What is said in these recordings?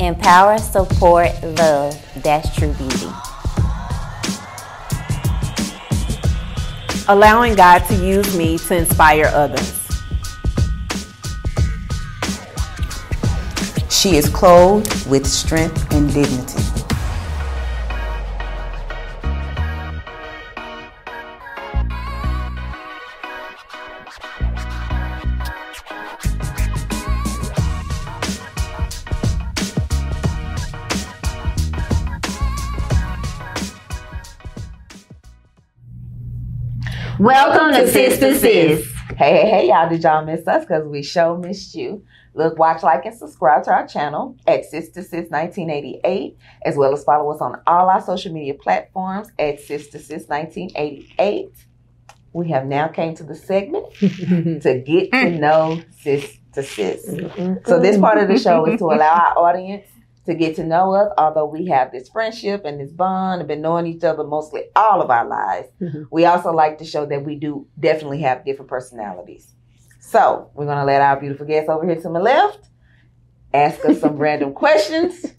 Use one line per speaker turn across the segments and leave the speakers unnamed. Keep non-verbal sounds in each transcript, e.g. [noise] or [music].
Empower, support, love. That's true
[laughs]
beauty.
Allowing God to use me to inspire others.
She is clothed with strength and dignity.
Welcome to Sis to Sis.
Hey, hey, hey, y'all. Did y'all miss us? Because we sure missed you. Look, watch, like, and subscribe to our channel at Sis to Sis 1988, as well as follow us on all our social media platforms at Sis to Sis 1988. We have now came to the segment to get to know Sis to Sis. So this part of the show is to allow our audience to get to know us. Although we have this friendship and this bond and been knowing each other mostly all of our lives,
Mhm.
we also like to show that we do definitely have different personalities. So we're gonna let our beautiful guest over here to my left ask us
[laughs]
some random questions.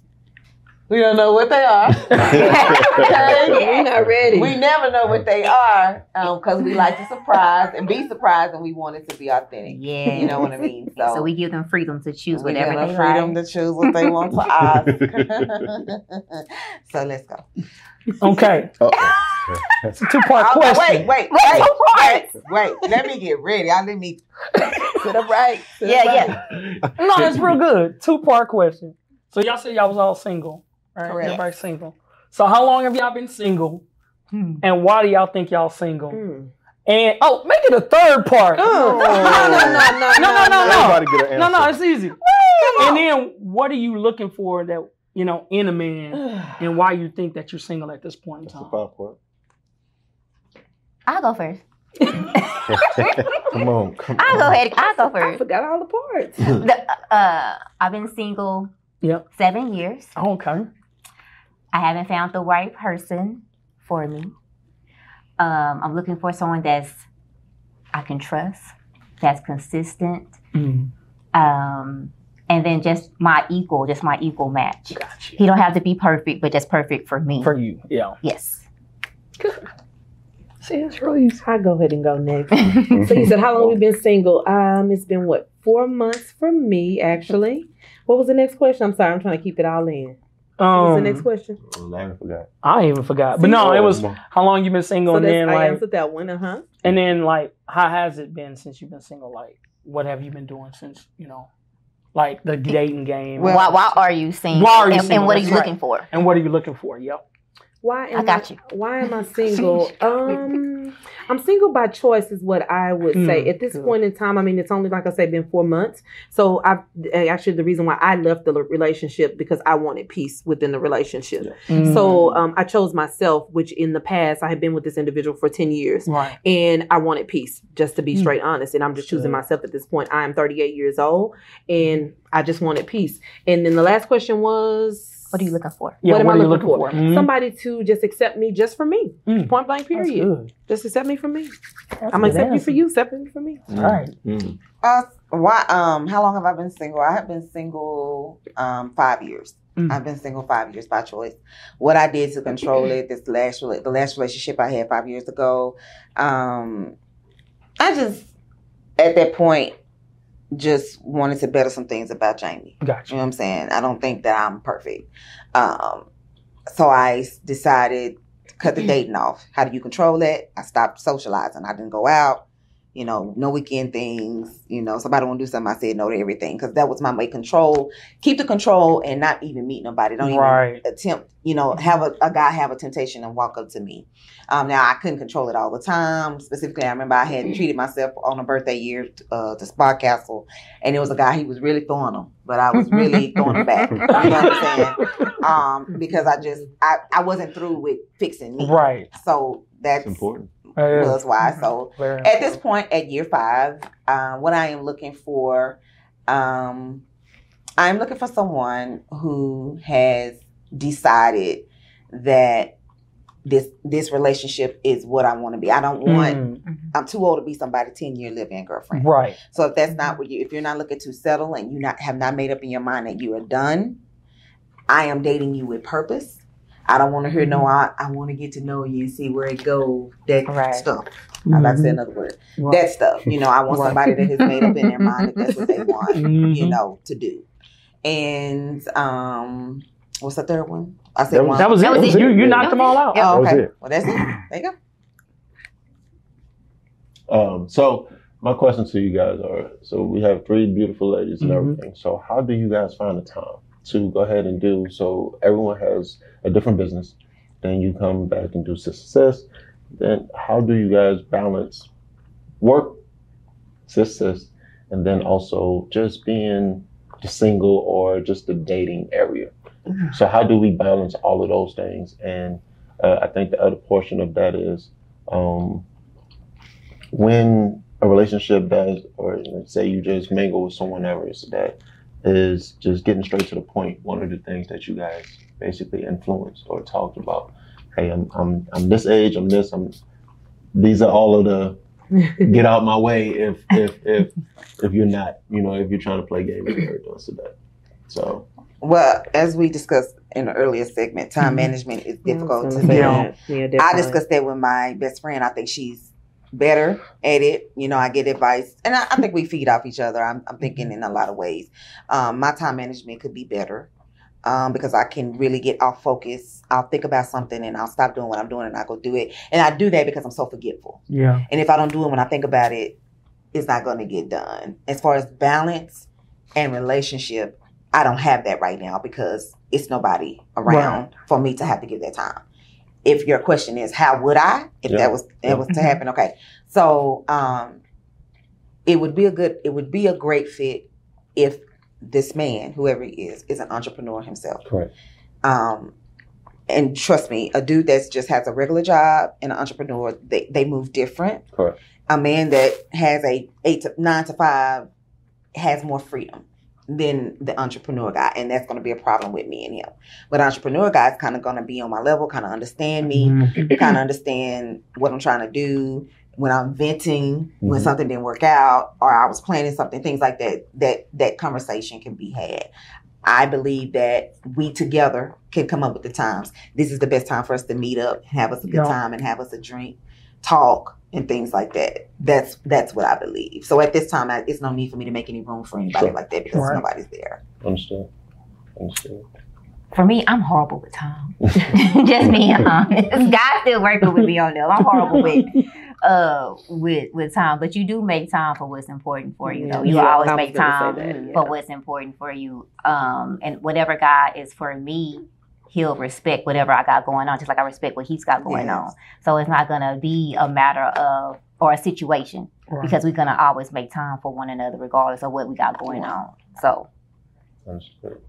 We don't know what they are.
We're not ready.
We never know what they are because we like to surprise and be surprised, and we want it to be authentic.
[laughs] Yeah.
You know what I mean?
[laughs] So we give them freedom to choose
we
whatever
give
they
them freedom
like.
to choose what they
[laughs]
want to
[laughs]
ask. [laughs] so let's go.
Okay.
[laughs]
It's a two part
Oh,
question.
wait, wait,
Wait,
wait,
two
wait, wait. Let me get ready. I let me
[laughs]
sit upright. sit
Yeah,
upright.
yeah.
No, it's real good. Two part question. So y'all said y'all was all single, right?
Correct.
Everybody's single. So how long have y'all been single? And why do y'all think y'all single? And oh, make it a third part.
Mm. No, no, no, no,
No, no, no, no.
Everybody get an answer.
No, no, it's easy. And then what are you looking for that you know in a man and why you think that you're single at this point in
That's a
time?
pop one.
I'll go [laughs] first.
Come on. Come
I'll
on.
go ahead. I'll go
I
first.
forgot all the parts.
The, uh, I've been single
Yep.
seven years.
Okay.
I haven't found the right person for me. Um, I'm looking for someone that's I can trust, that's consistent,
Mm.
um, and then just my equal, just my equal match.
Gotcha.
He don't have to be perfect, but just perfect for me.
For you, yeah.
yes. [laughs]
See, it's really easy.
I go ahead and go
[laughs]
next.
I
So
Mm-hmm.
[laughs] you said how long we've been single? Um, it's been what four months for me actually. What was the next question? I'm sorry, I'm trying to keep it all in. What was the next
Um,
question?
Oh, I forgot. Mm-hmm.
I even forgot. But no, Oh, it
Oh,
was how long you been single
So
and then
that's, I
like
answered that one. Uh huh.
and then like how has it been since you've been single like what have you been doing since you know like the dating game
Well-
why, why are you single?
Why are you
and, and
single?
what are you
That's right.
looking for?
and what are you looking for yep
Why am
I got you.
Why am I
[laughs]
single? Um, I'm single by choice, is what I would say
Mm,
at this
good.
point in time. I mean, it's only like I said, been four months. So I actually the reason why I left the relationship because I wanted peace within the relationship.
Mm-hmm.
uh,
So um, I chose myself, which in the past I had been with this individual for ten years.
right
and I wanted peace, just to be
Mm.
straight honest. And I'm just choosing
Sure. Mm-hmm.
myself at this point. I am 38 years old and I just wanted peace. And then the last question was
What are you looking for?
yeah
what am I
are you
looking for?
Mhm.
Somebody to just accept me just for me.
Mm.
Point blank,
That's
period.
good.
Just accept me for me.
That's
I'm
a good
accepting you for
answer.
you, accepting me for me.
All right.
Mm.
Uh, why? Um, how long have I been single? I have been single um five years.
Mm.
I've been single five years by choice. What I did to control it, this last rela- the last relationship I had five years ago, um, I just at that point just wanted to better some things about Jamie. You
gotcha
know what I'm saying? I don't think that I'm perfect. Um, so I s- decided to cut the dating off. How do you control that? I stopped socializing. I didn't go out. You know, no weekend things. You know, somebody want to do something. I said no to everything because that was my way. Control, keep the control, and not even meet nobody. Don't even
right
attempt, you know, have a, a guy have a temptation and walk up to me. Um, now I couldn't control it all the time. Specifically, I remember I had treated myself on a birthday year uh, to Spa Castle, and it was a guy. He was really throwing him, but I was really throwing him back. You know what [laughs] I'm saying? Um, because I just I, I wasn't through with fixing me.
right
So
That's
that's
important.
Uh,
was why. So
very
at this point at year five um, what i am looking for um, i'm looking for someone who has decided that this this relationship is what i want to be i don't want
Mm,
i'm too old to be somebody 10 year live-in girlfriend
right
so if that's not what you if you're not looking to settle and you not have not made up in your mind that you are done I am dating you with purpose. I don't want to hear no. I, I want to get to know you and see where it goes. That
Right.
stuff. I'm about to
Mm-hmm.
say another word.
Well-
that stuff. You know, I want
Right.
somebody that has made up in their mind that that's what they want.
Mhm.
You know, to do. And um, what's the third one? I said
That
one.
was-
Mm-hmm. That was,
That
it.
was it.
You, you
Yeah.
knocked them all out.
Yeah.
Oh,
That was
okay.
it.
Well, that's it. There you go.
Um, so my question to you guys are: so we have three beautiful ladies and
Mhm.
everything. So how do you guys find the time to go ahead and do? So everyone has a different business. Then you come back and do success. Then how do you guys balance work, success, and then also just being the single or just the dating area? So how do we balance all of those things? And uh, I think the other portion of that is. Um, when a relationship does, or let's say you just mingle with someone ever is that is just getting straight to the point. One of the things that you guys basically influenced or talked about. Hey, I'm I'm I'm this age. I'm this. I'm. These are all of the get out my way if if if if you're not you know if you're trying to play games and everything so that. So
Well, as we discussed in the earlier segment, time
Mhm.
management is difficult
Yeah,
to
I was gonna say
know.
that. Yeah, definitely.
I discussed that with my best friend. I think she's better at it. You know, I get advice, and I, I think we feed off each other. I'm, I'm thinking in a lot of ways. Um, my time management could be better um, because I can really get off focus. I'll think about something and I'll stop doing what I'm doing and I go do it. And I do that because I'm so forgetful.
Yeah.
And if I don't do it when I think about it, it's not going to get done. As far as balance and relationship, I don't have that right now because it's nobody around for me to have to give that time. If your question is how would I if
Yeah.
that was that was to happen, okay. So um it would be a good it would be a great fit if this man, whoever he is, is an entrepreneur himself
correct.
um and trust me a dude that's just has a regular job and an entrepreneur they, they move different
Correct.
a man that has a eight to nine to five has more freedom than the entrepreneur guy and that's going to be a problem with me and him but entrepreneur guy is kind of going to be on my level kind of understand me
Mm-hmm.
kind of understand what i'm trying to do when i'm venting when
Mhm.
something didn't work out or i was planning something things like that that that conversation can be had I believe that we together can come up with the times. This is the best time for us to meet up, have us a good
Yeah.
time, and have us a drink, talk, and things like that. That's that's what I believe. So at this time, I, it's no need for me to make any room for anybody
Sure.
like that because
Right.
nobody's there.
Understood. Understood.
For me, I'm horrible with time. [laughs] Just being honest. [laughs] God's still working with me on that. I'm horrible with uh with with time. But you do make time for what's important for you though. You
Yeah,
always
I was
make
gonna say
time
that, yeah.
for what's important for you. Um and whatever God is for me, he'll respect whatever I got going on, just like I respect what he's got going
Yes.
on. So it's not gonna be a matter of or a situation
Right.
because we're gonna always make time for one another regardless of what we got going on. So
Understood.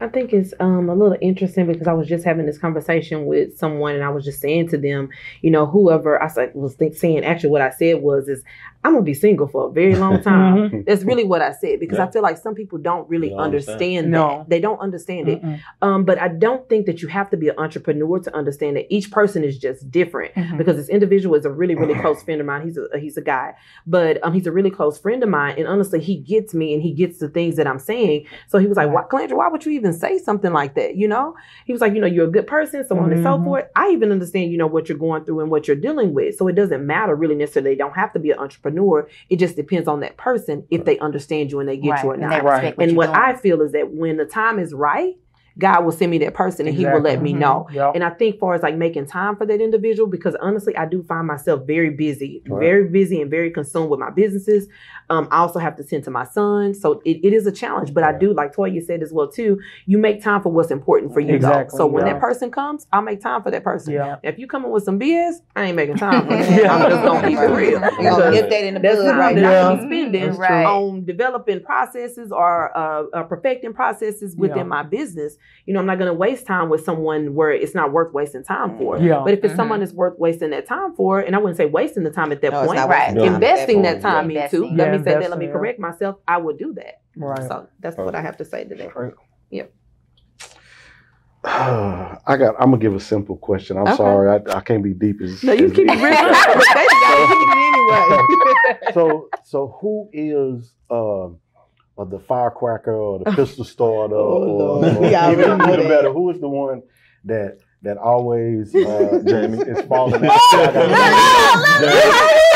I think it's um, a little interesting because I was just having this conversation with someone, and I was just saying to them, you know, whoever I said- was think, saying, actually, what I said was, is I'm gonna be single for a very long time.
Mhm.
That's really what I said because
Yeah.
I feel like some people don't really
They don't
understand.
understand.
that.
No.
they don't understand it.
Mhm.
Um, but I don't think that you have to be an entrepreneur to understand that each person is just different
mhm.
because this individual is a really really
[clears throat]
close friend of mine he's a he's a guy but um he's a really close friend of mine and honestly he gets me and he gets the things that i'm saying so he was like why Calandra, why would you even say something like that you know he was like you know you're a good person so on and so
Mm-hmm.
Mhm.
forth i even understand you know what you're going through and what you're dealing with so it doesn't matter really necessarily they don't have to be an entrepreneur it just depends on that person if they understand you and they get
Right.
you or
And
not
they
Right.
respect
and
you
what
doing.
I feel is that when the time is right, God will send me that person and he will let
Exactly. Mm-hmm.
me know.
Yup.
And I think far as like making time for that individual, because honestly, I do find myself very busy,
Right.
very busy and very consumed with my businesses. Um, I also have to tend to my son. So it, it is a challenge, but I
Right.
do, like Toya said as well too, you make time for what's important for you.
Exactly,
Though. So when
yeah.
that person comes, I'll make time for that person.
Yeah.
If you coming with some BS, I ain't
[laughs]
making time for that.
Yeah.
I'm just gonna keep it real.
We gonna
Because
nip that in the
that's
bud
time
right
that
now.
I should be spending
That's
Right.
on developing processes or uh, uh, perfecting processes within
Yeah.
my business. You know, I'm not going to waste time with someone where it's not worth wasting time for.
Yeah.
But if it's
Mhm.
someone that's worth wasting that time for, and I wouldn't say wasting the time at that
No, it's
point,
not
Right.
wasting
No.
time at
investing
point.
that time
Yeah.
into,
Investing.
let
Yeah,
me say that, let me
investing, yeah.
correct myself, I would do that.
Right.
So that's what I have to say today. [laughs]
[sighs] I got. I'm gonna give a simple question. I'm
Okay.
sorry, I, I can't be deep as.
No, you
as
keep it real. [laughs]
deep.
But they
[laughs]
[laughs] gotta keep it anyway.
so, so who is um or the firecracker or the pistol starter or,
Lord.
or
Yeah, I
even,
remember
even
that.
better, who is the one that that always uh, [laughs] Jamie is falling out?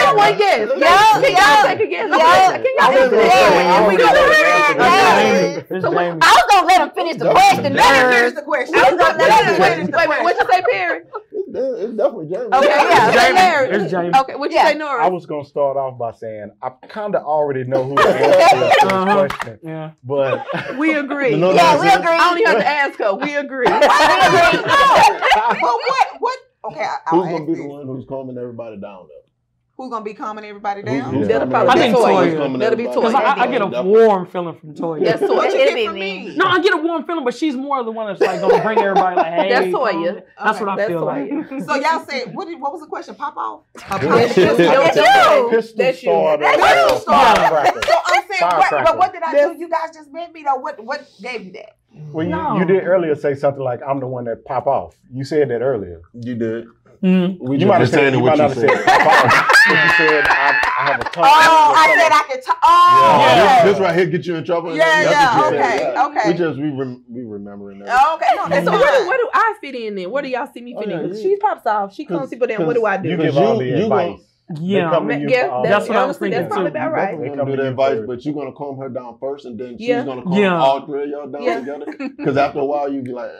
Oh,
one
Yo,
guess.
yo,
Take a guess.
yo.
Can y'all take a guess?
Yeah,
We got it. [laughs]
yeah.
It's Jamie.
I was gonna let him finish the question.
Here's
nerd.
the question.
I was gonna let you
Here's
finish.
the
Wait, wait, what'd you say, Perry?
It's, de- it's definitely Jamie.
Okay, yeah.
Jamie.
Larry.
It's Jamie.
Okay, what'd you
Yeah.
say,
I
Nora?
was gonna start off by saying I kind of already know who the answer is to this
Uh-huh.
question,
Yeah.
but
[laughs]
[laughs]
We agree.
No, no.
Yeah, we agree.
I don't even have
[laughs]
to ask her. We agree.
We agree.
But what? What? Okay, I, I'll
[laughs] Who's gonna
ask
be
[laughs]
this.
the one who's calming everybody down? Though?
Who's gonna be calming everybody
Who's-
down?
who's
That'll
calming
probably
everybody down?
be Toya.
Who's calming
That'll be
everybody
Because I,
down?
I, I get a
Definitely.
warm feeling from Toya.
That's
What you
Toya.
It'd
get
be
from
me.
me?
No, I get a warm feeling, but she's more the one that's like gonna bring everybody
[laughs]
like, hey.
That's
come.
Toya.
That's what I
That's
feel
Toya.
like.
So y'all said what? Did, what was the question? Pop off.
That's you.
That's
That's you.
pistol
That's you.
starter,
That's
or
you. So
firecracker.
I'm saying, what,
Firecracker.
but what did I
That's-
do? You guys just met me though. What? What gave you that?
Well,
No.
you, you did earlier say something like "I'm the one that pop off." You said that earlier.
[laughs] You did.
[laughs] Mm.
We
You might have said
understanding
you might not have said pop off. You said I, I have a tongue.
Oh, I said I could. T-
[laughs] Yeah.
oh,
This- This right here get you in trouble.
Yeah,
That's
yeah,
what you said.
okay,
Yeah.
okay.
We just we rem- we remembering that.
okay. No,
[laughs] And
that's
so
all
where
right.
do, where do I fit in then? Where do y'all see me fit in? 'Cause
Oh, yeah,
she pops off. She comes
Cause-
people then. What do I do?
You
Cause
give all
you-
the
you
advice.
gon-
They
Yeah.
come to you
Yeah,
for all
that's,
That's what I was
honestly,
thinking
that's probably
too.
about right.
We're
They
gonna
come
do
to
the
you
advice,
first.
but you're gonna calm her down first, and then she's
Yeah.
gonna calm
Yeah.
all three of y'all down
Yeah. [laughs]
together. Because after a while, you'd be like,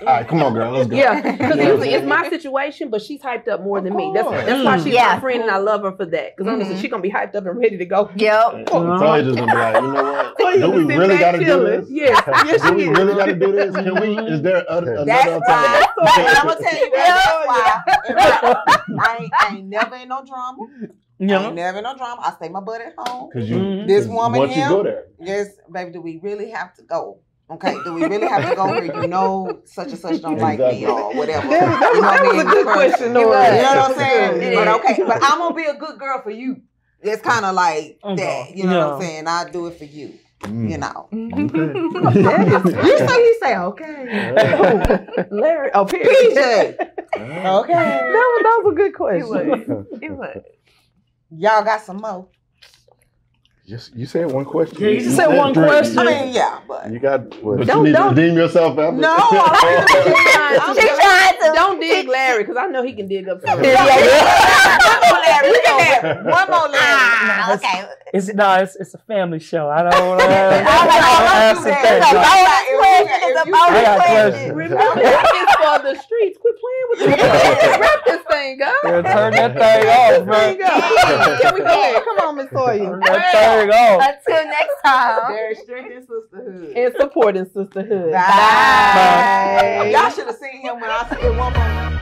"All right, come on, girl, let's go."
Yeah, because
Yeah.
usually it's my situation, but she's hyped up more
Of
than me. That's
course.
that's why
Mm.
she's
Yeah.
my friend, and I love her for that. Because honestly,
Mhm.
she's gonna be hyped up and ready to
[laughs]
go.
Yep.
Uh-huh.
And Toya just gonna be like, "You know what?
[laughs] Toya
do
gonna
we
sit
really
back
gotta do
chilling.
this? [laughs]
Yes, yes,
do
she
we
is.
really gotta do this? Can we? Is there a, another
That's why.
alternative?"
But I'm gonna tell you that's why. I ain't, I ain't never in no drama. I ain't
Yeah.
never in no drama. I stay my butt at home.
Because you,
Mhm.
This
'cause
woman
once
here-
you go there,
Yes, baby. Do we really have to go? Okay. Do we really have to go where you know such and such don't like me or whatever?
That, that
You know
was, that
what I
was a
mean?
good
First,
question,
You know
Nora.
what
That
I'm
was
saying?
good.
But okay, but I'm gonna be a good girl for you. It's kind of like
Oh,
that.
God.
You know what I'm
Yeah.
saying? I'll do it for you.
Hmm.
mm.
You know.
[laughs]
Okay.
You say you say okay.
[laughs]
Larry, oh, period.
PJ.
[laughs] That
Okay.
was, that was a good
It
question.
was. It was.
Y'all got some more.
Just, you said one question.
Yeah, you just said one
three.
question.
I memean, yeah, but
You got
but
what?
you
Don't-
need
don't-
to redeem yourself after. [laughs]
no, I like
She trying- [laughs] I'm-
She tried to.
Don't dig Larry, because I know he can dig up something.
Yeah, yeah.
one more Larry. Look at that. One more Larry.
Ah, okay.
[laughs] It's no, it's it's a family show. I don't
[laughs]
wanna
I
ask
don't
the
do
It's a bonus question. It's
thing.
a
I
bonus
got
question.
questions.
[laughs] Remember, this for the streets. Quit playing with this. Wrap this thing up.
Yeah, turn that thing off,
There
man.
you go. [laughs] Here we go. Come on, Miss
Turn
Sawyer.
that thing off.
Until next time.
Very stringent sisterhood.
And supporting sisterhood.
Bye.
Bye. Y'all should have seen him when I said one more.